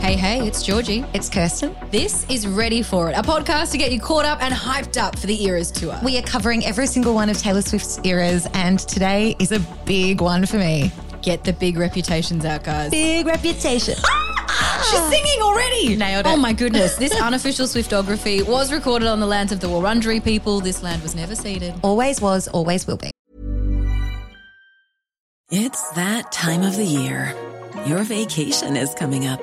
Hey, hey, it's Georgie. It's Kirsten. This is Ready for It, a podcast to get you caught up and hyped up for the Eras tour. We are covering every single one of Taylor Swift's eras, and today is a big one for me. Get the big reputations out, guys. Big reputation. Ah! She's singing already. Nailed it. Oh my goodness. This unofficial Swiftography was recorded on the lands of the Wurundjeri people. This land was never ceded. always was, always will be. It's that time of the year. Your vacation is coming up.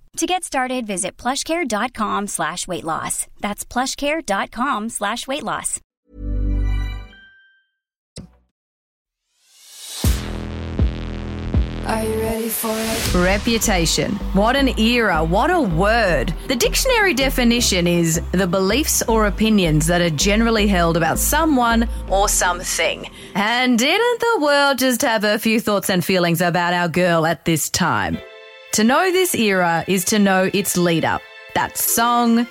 To get started, visit plushcare.com slash weight loss. That's plushcare.com slash weight loss. Are you ready for it? Reputation. What an era. What a word. The dictionary definition is the beliefs or opinions that are generally held about someone or something. And didn't the world just have a few thoughts and feelings about our girl at this time? To know this era is to know its leader. That song, that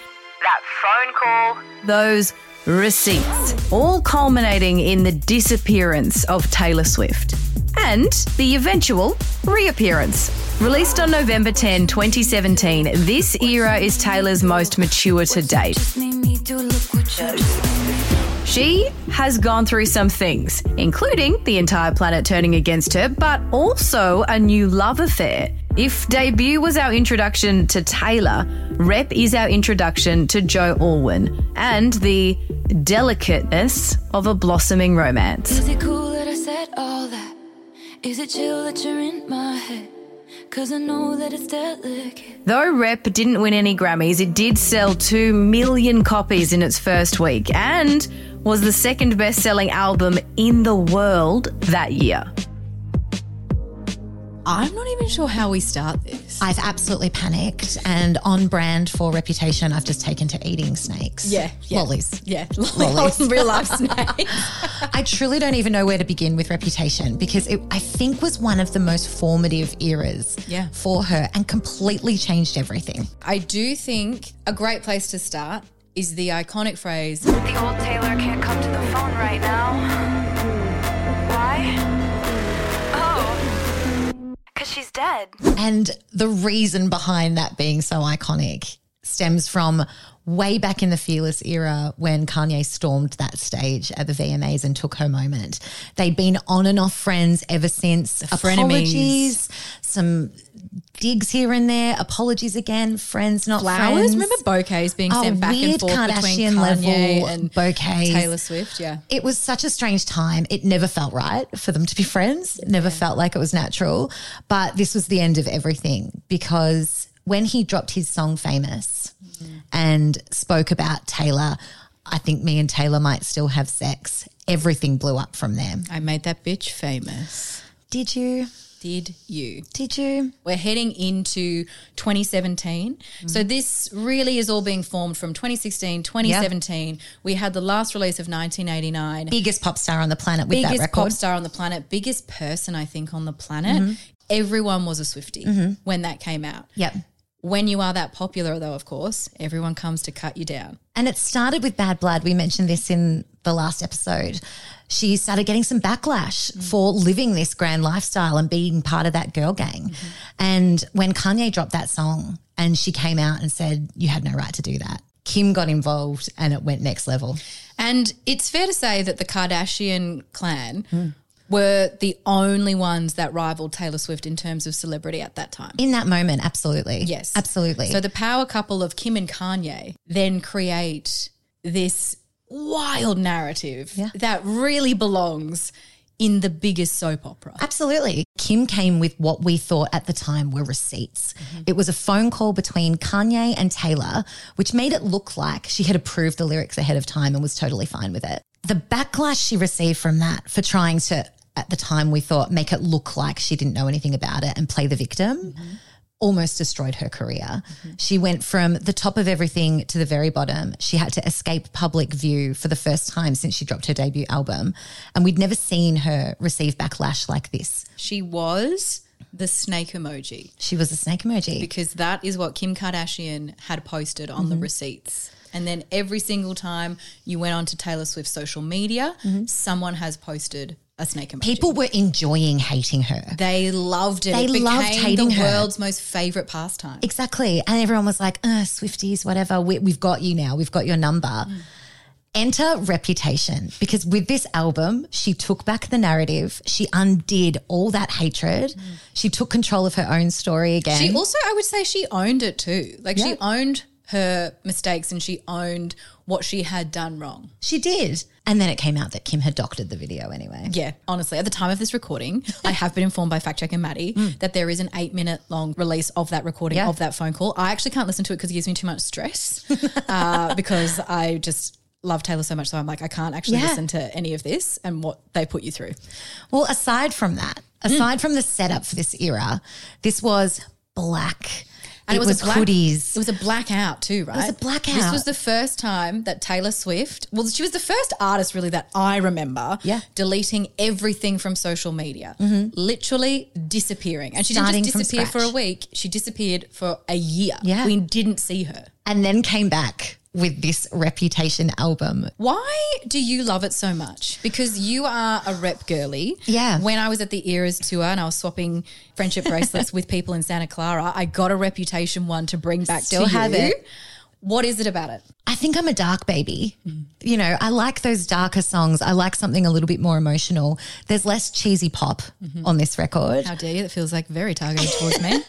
phone call, those receipts, all culminating in the disappearance of Taylor Swift and the eventual reappearance. Released on November 10, 2017, this era is Taylor's most mature to date. Just made me do look what you just She has gone through some things, including the entire planet turning against her, but also a new love affair. If debut was our introduction to Taylor, rep is our introduction to Joe Alwyn and the delicateness of a blossoming romance. Is it cool that I said all that? Is it chill that you're in my head? Cause I know that it's delicate. Though Rep didn't win any Grammys, it did sell 2 million copies in its first week and was the second best selling album in the world that year. I'm not even sure how we start this. I've absolutely panicked, and on brand for reputation, I've just taken to eating snakes. Yeah, yeah. Lollies. Yeah, Lollies. lollies. real life snakes. I truly don't even know where to begin with reputation because it, I think, was one of the most formative eras Yeah. for her and completely changed everything. I do think a great place to start is the iconic phrase, the old Taylor can't come to the phone right now. Why? Oh, because she's dead. And the reason behind that being so iconic stems from way back in the Fearless era when Kanye stormed that stage at the VMAs and took her moment. They'd been on and off friends ever since. Apologies, some digs here and there, apologies again, friends not flowers. friends. Remember bouquets being Oh, sent back and weird forth between Kardashian Kanye level and bouquets. Taylor Swift. Yeah, It was such a strange time. It never felt right for them to be friends. It never felt like it was natural. But this was the end of everything because when he dropped his song Famous and spoke about Taylor, I think me and Taylor might still have sex. Everything blew up from there. I made that bitch famous. Did you? Did you? Did you? We're heading into 2017. Mm. So this really is all being formed from 2016, 2017. We had the last release of 1989. Biggest pop star on the planet with biggest that record. Mm-hmm. pop star on the planet, biggest person I think on the planet. Everyone was a Swifty when that came out. Yep. When you are that popular, though, of course, everyone comes to cut you down. And it started with Bad Blood. We mentioned this in the last episode. she started getting some backlash Mm. for living this grand lifestyle and being part of that girl gang. Mm-hmm. And when Kanye dropped that song and she came out and said, You had no right to do that, Kim got involved and it went next level. And it's fair to say that the Kardashian clan were the only ones that rivaled Taylor Swift in terms of celebrity at that time. In that moment, absolutely. Yes. Absolutely. So the power couple of Kim and Kanye then create this wild narrative Yeah. that really belongs in the biggest soap opera. Absolutely. Kim came with what we thought at the time were receipts. It was a phone call between Kanye and Taylor, which made it look like she had approved the lyrics ahead of time and was totally fine with it. The backlash she received from that for trying to, at the time we thought, make it look like she didn't know anything about it and play the victim. Almost destroyed her career. She went from the top of everything to the very bottom. She had to escape public view for the first time since she dropped her debut album. And we'd never seen her receive backlash like this. She was the snake emoji She was a snake emoji. because that is what Kim Kardashian had posted on the Mm-hmm. receipts. And then every single time you went onto Taylor Swift's social media, someone has posted a snake emoji. Mm-hmm. People were enjoying hating her. They loved it. They it became loved hating the her. world's most favorite pastime. Exactly. And everyone was like, uh, Swifties, whatever. We, we've got you now. We've got your number. Mm. Enter reputation because with this album, she took back the narrative. She undid all that hatred. She took control of her own story again. Mm. She also, I would say, she owned it too. Like she owned her mistakes and she owned what she had done wrong. she did. And then it came out that Kim had doctored the video anyway. Yeah, honestly, at the time of this recording, I have been informed by fact checker Maddie that there is an eight minute long release of that recording Hmm. Yeah. of that phone call. I actually can't listen to it because it gives me too much stress uh, because I just love Taylor so much. So I'm like, I can't actually Yeah. listen to any of this and what they put you through. Well, aside from that, Mm. aside from the setup for this era, this was black. And it, was, a black, hoodies. It was a blackout too, right? It was a blackout. This was the first time that Taylor Swift, well, she was the first artist really that I remember Yeah. Mm-hmm. deleting everything from social media, literally disappearing. And she Starting didn't just from disappear for a scratch. week, she disappeared for a year. Yeah. We didn't see her. and then came back with this reputation album. Why do you love it so much? Because you are a rep girly. Yeah. When I was at the Eras tour and I was swapping friendship bracelets with people in Santa Clara, I got a reputation one to bring back Still to have you. it. What is it about it? I think I'm a dark baby. You know, I like those darker songs. I like something a little bit more emotional. There's less cheesy pop on this record. How dare you? That feels like very targeted towards me.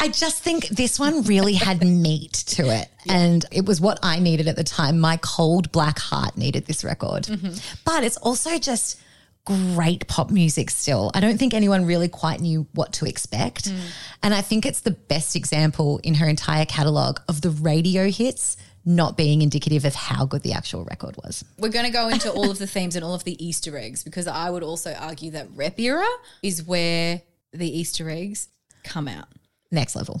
I just think this one really had meat to it. And it was what I needed at the time. My cold black heart needed this record. Mm-hmm. But it's also just great pop music still. I don't think anyone really quite knew what to expect. Mm. And I think it's the best example in her entire catalogue of the radio hits not being indicative of how good the actual record was. We're going to go into all of the themes and all of the Easter eggs because I would also argue that rep era is where the Easter eggs come out. Next level.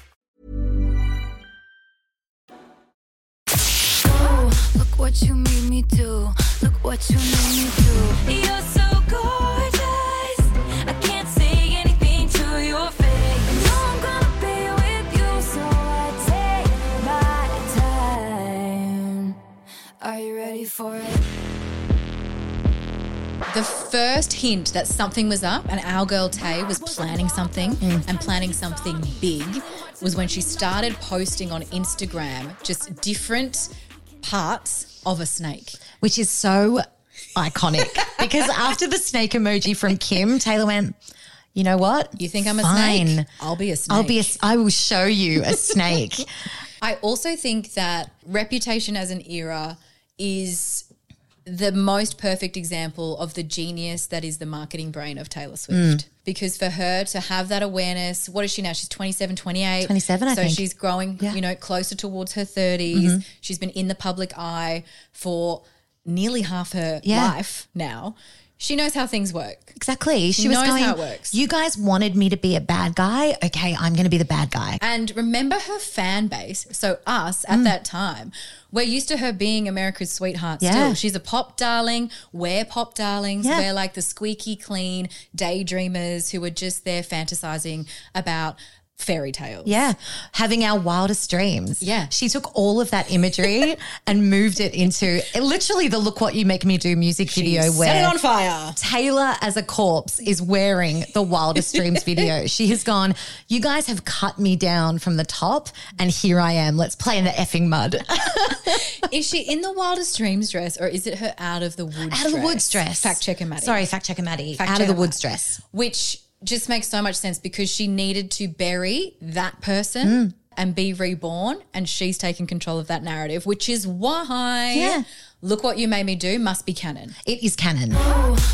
what you made me do. Look what you made me do. You're so gorgeous. I can't say anything to your face. I know I'm gonna be with you, so I take my time. Are you ready for it? The first hint that something was up and our girl Tay was planning something Mm. and planning something big was when she started posting on Instagram just different parts of a snake. Which is so iconic because after the snake emoji from Kim, Taylor went, you know what? You think I'm a Fine. snake? I'll be a snake. I'll be a, I will show you a snake. I also think that Reputation as an era is the most perfect example of the genius that is the marketing brain of Taylor Swift. Mm. Because for her to have that awareness, what is she now? She's 27, 28. 27, I so think. she's growing, you know, closer towards her 30s. Mhm. She's been in the public eye for nearly half her Yeah. life now. She knows how things work. Exactly. She She was knows going, how it works. You guys wanted me to be a bad guy. Okay, I'm going to be the bad guy. And remember her fan base, so us Mm. at that time, we're used to her being America's sweetheart Yeah. still. She's a pop darling. We're pop darlings. Yeah. We're like the squeaky clean daydreamers who are just there fantasizing about fairy tales. Yeah, having our wildest dreams. Yeah. She took all of that imagery and moved it into literally the Look What You Make Me Do music video set where it on fire. Taylor as a corpse is wearing the wildest dreams video. She has gone, You guys have cut me down from the top, and here I am. Let's play in the effing mud. Is she in the wildest dreams dress or is it her out of the woods dress? Out of the woods dress. Fact checker Maddie. Sorry, fact checker Maddie. Fact Out of the checker woods dress. Which just makes so much sense because she needed to bury that Mm. person and be reborn, and she's taking control of that narrative, which is why. Yeah. Look what you made me do must be canon. It is canon.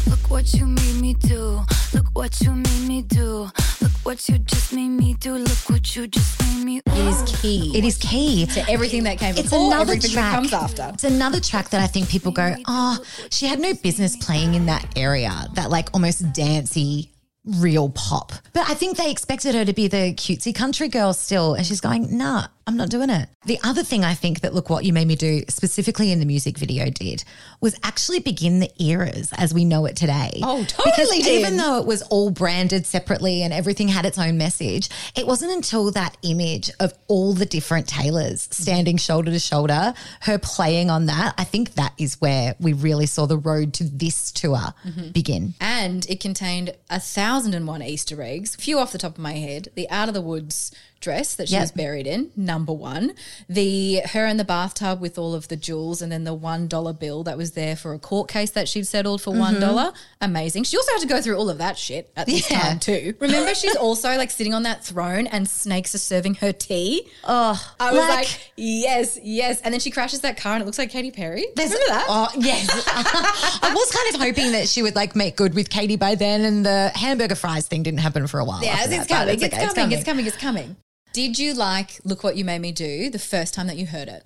Look what you made me do. Look what you made me do. Look what you just made me do. Look what you just made me. It is key. It is key to everything that came It's before, another everything track. that comes after. It's another track that I think people go, oh, she had no business playing in that area, that like almost dancey real pop. But I think they expected her to be the cutesy country girl still. And she's going, nah, I'm not doing it. The other thing I think that Look What You Made Me Do, specifically in the music video, did was actually begin the eras as we know it today. Oh, Because totally did. even though it was all branded separately and everything had its own message, it wasn't until that image of all the different Taylors standing shoulder to shoulder, her playing on that, I think that is where we really saw the road to this tour Mhm. begin. And it contained a thousand and one Easter eggs, a few off the top of my head. The out of the woods dress that she Yep. was buried in, number one. The her in the bathtub with all of the jewels, and then the one dollar bill that was there for a court case that she'd settled for one dollar. Amazing. She also had to go through all of that shit at this Mm-hmm. Yeah. time too. Remember, she's also like sitting on that throne, and snakes are serving her tea. Oh, I was like, yes, yes. And then she crashes that car, and it looks like Katy Perry. Remember that? Oh, yes. I was kind of hoping that she would like make good with Katie by then, and the hamburger fries thing didn't happen for a while. Yeah, after it's, that, but coming, it's, okay, coming, it's coming, it's coming, Did you like Look What You Made Me Do the first time that you heard it?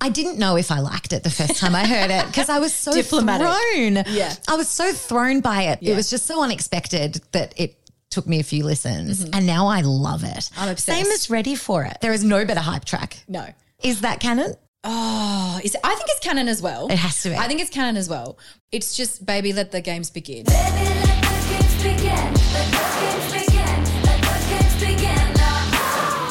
I didn't know if I liked it the first time I heard it because I was so Diplomatic. thrown. Yeah. I was so thrown by it. It Yeah. was just so unexpected that it took me a few listens and now I love it. Mm-hmm. I'm obsessed. Same as Ready for It. There is no better hype track. No. Is that canon? Oh, is I think it's canon as well. It has to be. I think it's canon as well. It's just baby, let the games begin.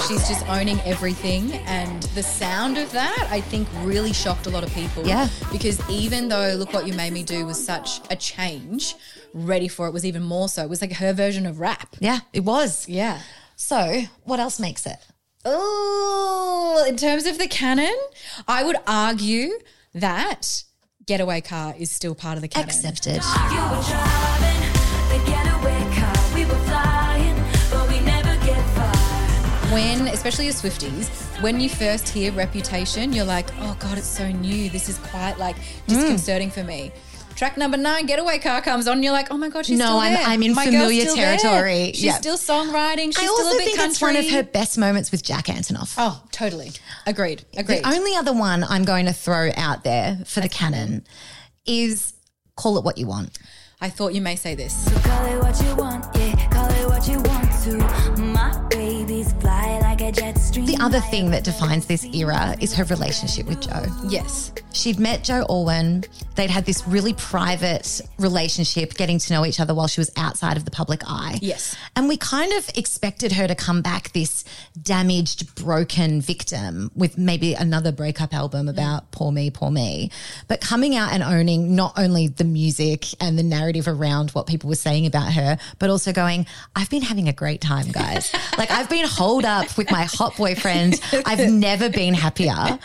She's just owning everything, and the sound of that I think really shocked a lot of people. Yeah. because even though "Look What You Made Me Do" was such a change, "Ready for It" was even more so. It was like her version of rap. Yeah, it was. Yeah. So, what else makes it? Oh, in terms of the canon, I would argue that getaway car is still part of the canon. Accepted. When, especially as Swifties, when you first hear Reputation, you're like, oh God, it's so new. This is quite like disconcerting for me. Track number nine, Getaway Car comes on. You're like, oh my God, she's No, still I'm- there. I'm in My girl's familiar still there. territory. She's Yeah. still songwriting. She's I still also a bit think country. it's one of her best moments with Jack Antonoff. Oh, totally. Agreed. Agreed. The only other one I'm going to throw out there for the canon is Call It What You Want. I thought you may say this. Call it what you want, yeah, call it what you want to. My baby's fly like a jet stream. The other thing that defines this era is her relationship with Joe. Yes. She'd met Joe Alwyn. They'd had this really private relationship, getting to know each other while she was outside of the public eye. Yes. And we kind of expected her to come back this damaged, broken victim with maybe another breakup album about poor me, poor me. But coming out and owning not only the music and the narrative around what people were saying about her, but also going, I've been having a great time, guys. like I've been holed up with my hot boyfriend. I've never been happier.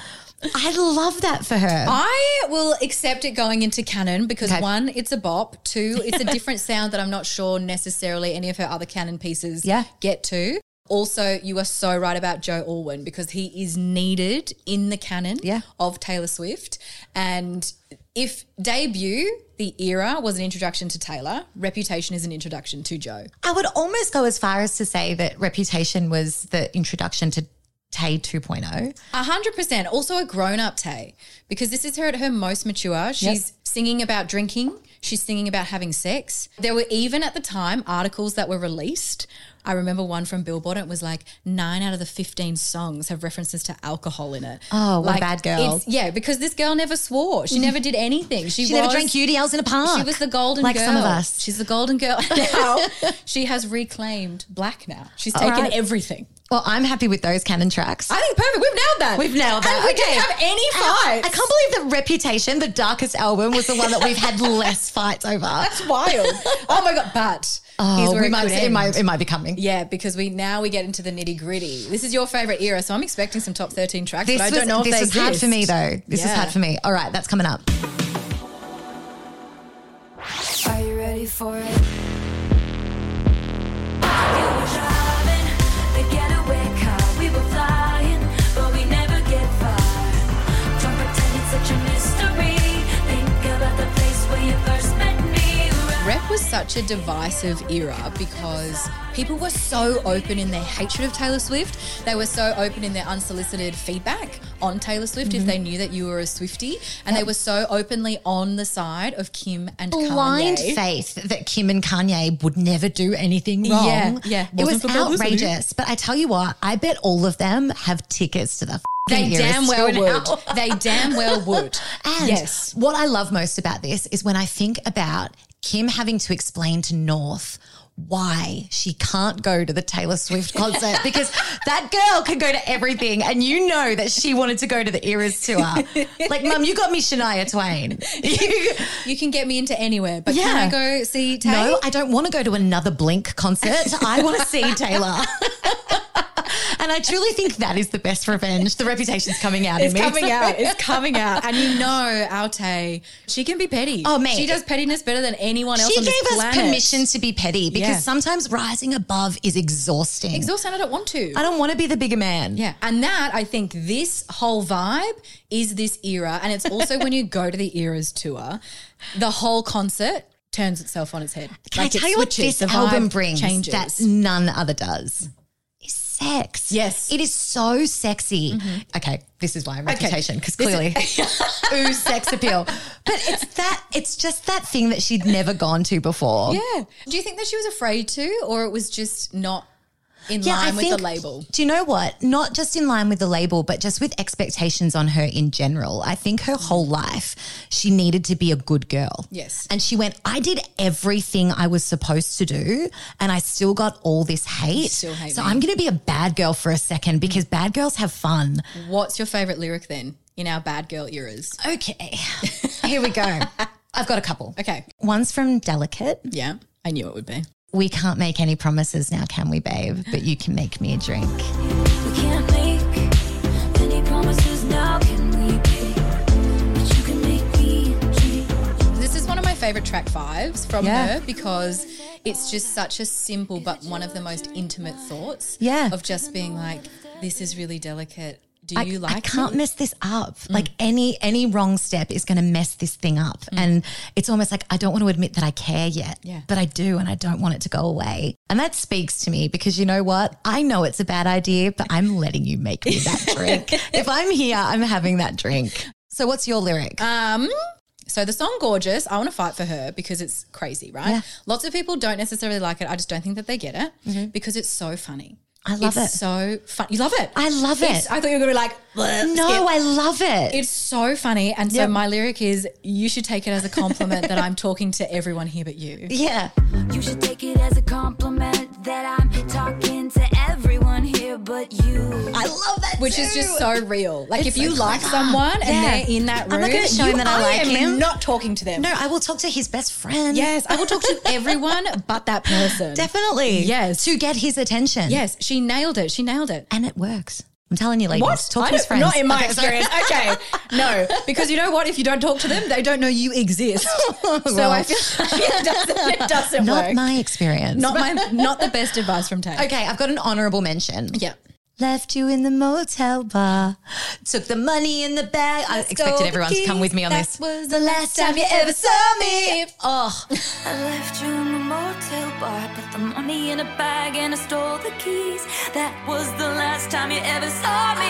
I love that for her. I will accept it going into canon because one, it's a bop. Two, it's a different sound that I'm not sure necessarily any of her other canon pieces Yeah. get to. Also, you are so right about Joe Alwyn because he is needed in the canon Yeah. of Taylor Swift. And if debut, the era, was an introduction to Taylor, reputation is an introduction to Joe. I would almost go as far as to say that Reputation was the introduction to Tay oh. 2.0. A hundred percent. Also a grown up Tay, because this is her at her most mature. She's singing about drinking. She's singing about having sex. There were even at the time articles that were released. I remember one from Billboard. And it was like nine out of the fifteen songs have references to alcohol in it. Oh, what a like, bad girl. it's- Yeah, because this girl never swore. She never did anything. She, She never was- drank UDLs in a park. She was the golden like girl. some of us. She's the golden girl now. she has reclaimed black now. She's All taken right. everything. Well, I'm happy with those canon tracks. I think perfect. We've nailed that. We've nailed that. And we didn't have any I, fights. I can't believe that Reputation, the darkest album, was the one that we've had less fights over. That's wild. oh my god! But here's oh, where we it might, could it, end. might, it might be coming. yeah, because we now we get into the nitty gritty. This is your favorite era, so I'm expecting some top thirteen tracks. This but I was, don't know if this they was hard for me, exist. though. This is Yeah. hard for me. All right, that's coming up. Are you ready for it? You were driving the getaway car. We were flying, but we never get far. Don't pretend it's such a mystery. Think about the place where you first met me. Rep was such a divisive era because people were so open in their hatred of Taylor Swift. They were so open in their unsolicited feedback on Taylor Swift Mm-hmm. if they knew that you were a Swifty, and they were so openly on the side of Kim and blind Kanye. faith that Kim and Kanye would never do anything wrong. Yeah, yeah. It Wasn't was for publicity. outrageous. But I tell you what, I bet all of them have tickets to the. They f***ing Eras damn well tour now. would. They damn well would. And yes. what I love most about this is when I think about Kim having to explain to North why she can't go to the Taylor Swift concert because that girl can go to everything and you know that she wanted to go to the Eras tour. like, mum, you got me Shania Twain. You can get me into anywhere, but Yeah. can I go see Tay? No, I don't want to go to another Blink concert. I want to see Taylor. and I truly think that is the best revenge. The reputation's coming out it's in me. coming out. It's coming out. And you know, our Tay, she can be petty. Oh, mate. She does pettiness better than anyone else She on gave this us planet. permission to be petty because Yeah. sometimes rising above is exhausting. Exhaust and I don't want to. I don't want to be the bigger man. yeah. And that, I think, this whole vibe is this era. And it's also when you go to the Eras tour, the whole concert turns itself on its head. Can Like, I it tell you what switches. this The vibe album brings changes. that none other does? Is sex. Yes. Mm-hmm. It is so sexy. Okay, this is why I'm Okay. reputation, because This clearly is- ooh, sex appeal. But it's that it's just that thing that she'd never gone to before. Yeah. Do you think that she was afraid to, or it was just not in Yeah, line I with think- the label? Do you know what? Not just in line with the label, but just with expectations on her in general. I think Mm. her whole life, she needed to be a good girl. Yes. And she went, I did everything I was supposed to do, and I still got all this hate. still hate so me. Mm. I'm going to be a bad girl for a second because bad girls have fun. What's your favorite lyric then in our bad girl eras? Okay. Here we go. I've got a couple. Mm. Okay. One's from Delicate. Yeah, I knew it would be. We can't make any promises now, can we, babe? But you can make me a drink. We can't make any promises now, can we? babe? But you can make me dream. This is one of my favorite track fives from Yeah. her because it's just such a simple but one of the most intimate thoughts. Yeah. Of just being like, this is really delicate. Do I, you I like Mm. can't me? mess this up. Like any any wrong step is going to mess this thing up, and it's almost like I don't want to admit that I care yet, Mm. Yeah. but I do, and I don't want it to go away. And that speaks to me because you know what? I know it's a bad idea, but I'm letting you make me that drink. if I'm here, I'm having that drink. So what's your lyric? Um, so the song Gorgeous, I want to fight for her because it's crazy, right? Yeah. Mm-hmm. Lots of people don't necessarily like it. I just don't think that they get it because it's so funny. I love it's it. so fun. You love it. I love Yes, it. I thought you were going to be like, "Bleh, no, skip." I love it. It's so funny. And so Yep. my lyric is you should take it as a compliment that I'm talking to everyone here but you. yeah. You should take it as a compliment that I'm talking to everyone here but you. I love that. Which is too. just so real. Like if It's you so like clever. someone and Yeah. they're in that I'm room, not gonna show you- him that I like am him. Not talking to them. No, I will talk to his best friend. Yes, I will talk to everyone but that person. Definitely. Yes. To get his attention. Yes, she nailed it. She nailed it. And it works. I'm telling you, ladies. What? Talk I to his don't- friends. Not in my Okay, sorry. experience. Okay. No, because you know what? If you don't talk to them, they don't know you exist. So Well. I feel like it doesn't, it doesn't Not work. my experience. not my, not the best advice from Tay. Okay, I've got an honorable mention. Yeah. Left you in the motel bar. Took the money in the bag. I Stole expected the everyone to come keys. with me on that this. was the last time you ever saw me. Oh, I left you in the motel bar, put the money in a bag and I stole the keys. That was the last time you ever saw me.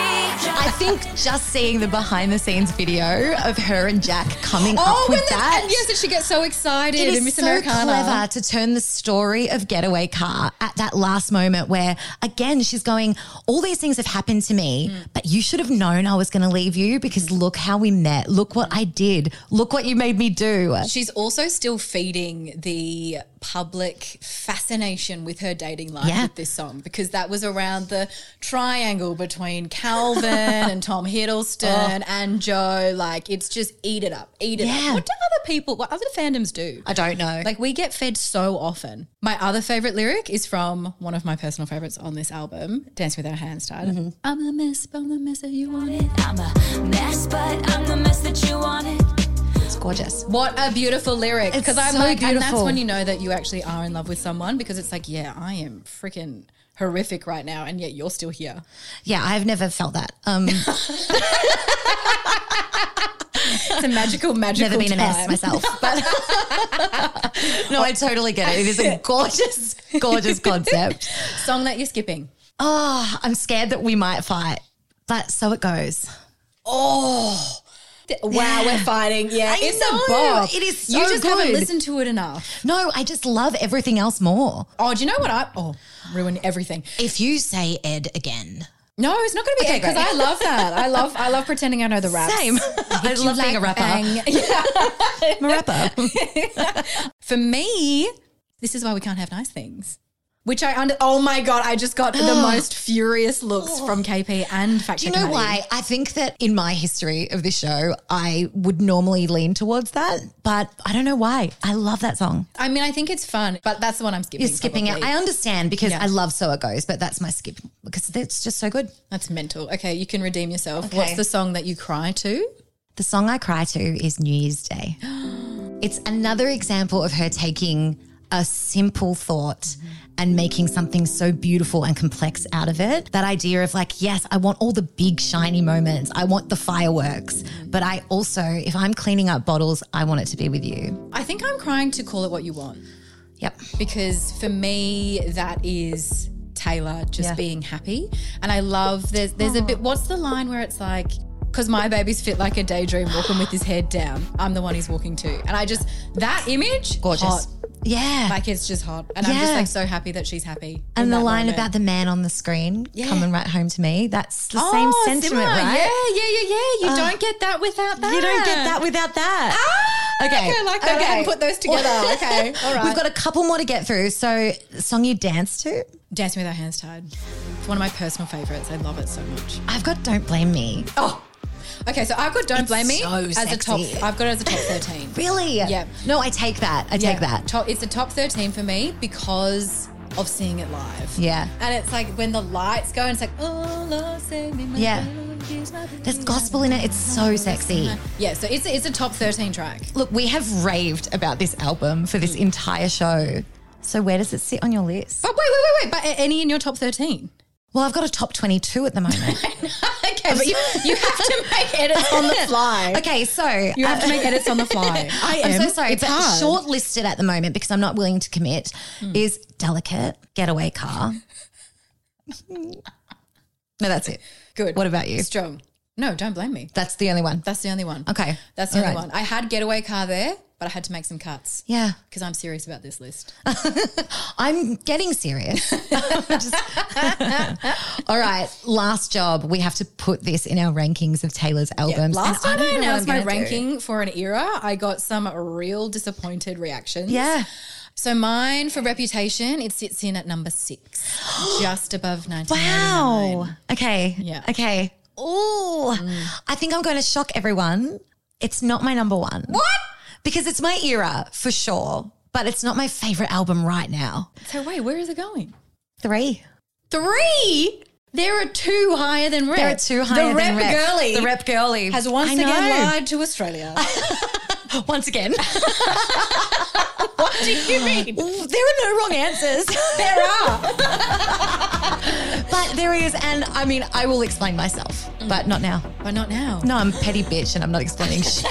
I think just seeing the behind the scenes video of her and Jack coming up with Oh, when the- that. and yes, and she gets so excited. It in is Miss so Americana. clever to turn the story of Getaway Car at that last moment where, again, she's going, All these things have happened to me, but you should have known I was going to leave you because look how we met. Look what I did. Look what you made me do. She's also still feeding the public fascination with her dating life Yeah. with this song because that was around the triangle between Calvin and Tom Hiddleston and Joe. Like, it's just eat it up, eat it Yeah. up. What do other people, what other fandoms do? I don't know. Like we get fed so often. My other favorite lyric is from one of my personal favorites on this album, "Dance Without a Handstand." Mm-hmm. I'm the mess, but I'm the mess that you wanted. I'm a mess, but I'm the mess that you wanted. it's gorgeous. What a beautiful lyric! It's Because I'm so like, and that's beautiful. when you know that you actually are in love with someone because it's like, yeah, I am freaking horrific right now, and yet you're still here. Yeah, I've never felt that. Um, It's a magical, magical. never been a mess time. myself. But no, I totally get it. It is a gorgeous, gorgeous concept. Song that you're skipping. Oh, I'm scared that we might fight, but so it goes. Oh. Wow, Yeah. we're fighting. Yeah, I it's know. a bop. It is You so just haven't good. listened to it enough. No, I just love everything else more. Oh, do you know what I? Oh, ruin everything. If you say Ed again, No, it's not going to be Okay, it because great. I love that. I love I love pretending I know the raps. same. I You love being a like rapper. bang. Yeah. I'm a rapper. For me, this is why we can't have nice things. Which I under. Oh my god! I just got the most furious looks from KP and Fact Do you Checker know Maddie. why? I think that in my history of this show, I would normally lean towards that, but I don't know why. I love that song. I mean, I think it's fun, but that's the one I'm skipping. You're skipping probably. it. I understand because Yeah. I love So It Goes, but that's my skip because it's just so good. That's mental. Okay, you can redeem yourself. Okay. What's the song that you cry to? The song I cry to is New Year's Day. It's another example of her taking a simple thought and making something so beautiful and complex out of it. That idea of like, yes, I want all the big shiny moments. I want the fireworks, but I also if I'm cleaning up bottles, I want it to be with you. I think I'm crying to call it what you want. Yep. because for me that is Taylor just Yeah. being happy and I love there's there's a bit what's the line where it's like because my baby's fit like a daydream walking with his head down I'm the one he's walking to and I just that image Gorgeous. hot. Oh, Yeah. like it's just hot and I'm just Yeah. like so happy that she's happy in and the that line moment. about the man on the screen coming right home to me, that's the Oh, same sentiment, similar. right? yeah yeah yeah yeah you don't get that without that You don't get that without that. okay. Ah. I like that. I hadn't put those together. Okay. All right. We've got a couple more to get through. So, song you dance to? Dancing with our hands tied it's one of my personal favorites I love it so much I've got Don't Blame Me. Oh, okay. So I've got "Don't It's Blame Me" so as a top. sexy. I've got it as a top thirteen. Really? Yeah. No, I take that. I take Yeah, that. Top, it's a top thirteen for me because of seeing it live. Yeah. and it's like when the lights go, and it's like, oh Lord, save me. My Yeah. love is my There's baby." gospel in it. It's so sexy. Yeah, so it's it's a top thirteen track. Look, we have raved about this album for this Mm. entire show. So, where does it sit on your list? But wait, wait, wait, wait. But a- any in your top thirteen? Well, I've got a top 22 at the moment. Okay, but you, you have to make edits on the fly. okay, so. You have to make edits on the fly. I am. I'm so sorry, It's but hard. Hmm. shortlisted at the moment because I'm not willing to commit is Delicate, Getaway Car. no, that's it. Good. What about you? Strong. No, don't blame me. That's the only one. That's the only one. Okay. That's the All only right. one. I had getaway car there but I had to make some cuts. Yeah. Because I'm serious about this list. I'm getting serious. Just- All right, last job. We have to put this in our rankings of Taylor's albums. Last And time I, don't know what announced I'm my gonna do. ranking for an era, I got some real disappointed reactions. Yeah. So mine for reputation, it sits in at number six, just above 19. Wow. Okay. Yeah. Mm. Okay. Oh, I think I'm going to shock everyone. It's not my number one. What? Because it's my era for sure, but it's not my favorite album right now. So wait, where is it going? Three. Three. There are two higher than rep. There are two the higher rep. than rep. girly The rep girly has once I know. again lied to Australia. Once again, what do you mean? Ooh, there are no wrong answers. there are. but there is, and I mean, I will explain myself, but not now. But not now. No, I'm a petty bitch, and I'm not explaining shit.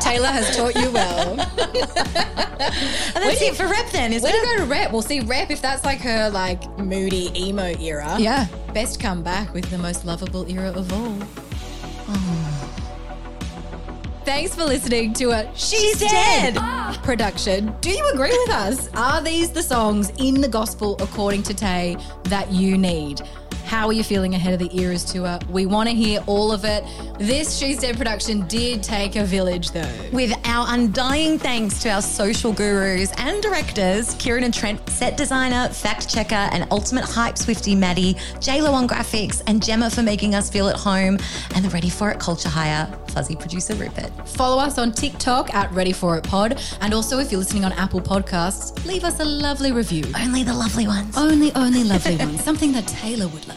Taylor has taught you well. And that's it for rep then, is Where it? do you go to rep? We'll see rep if that's like her like moody emo era. Yeah. Best come back with the most lovable era of all. Thanks for listening to a She's, Dead, Ah. production. Do you agree with us? Are these the songs in the gospel according to Tay that you need? How are you feeling ahead of the Eras tour? We want to hear all of it. This She's Dead production did take a village though. With our undying thanks to our social gurus and directors, Kieran and Trent, set designer, fact checker, and ultimate hype Swifty Maddie, JLo on graphics, and Gemma for making us feel at home, and the Ready For It culture hire, fuzzy producer Rupert. Follow us on TikTok at Ready For It Pod. And also, if you're listening on Apple Podcasts, leave us a lovely review. Only the lovely ones. Only, only lovely ones. Something that Taylor would love.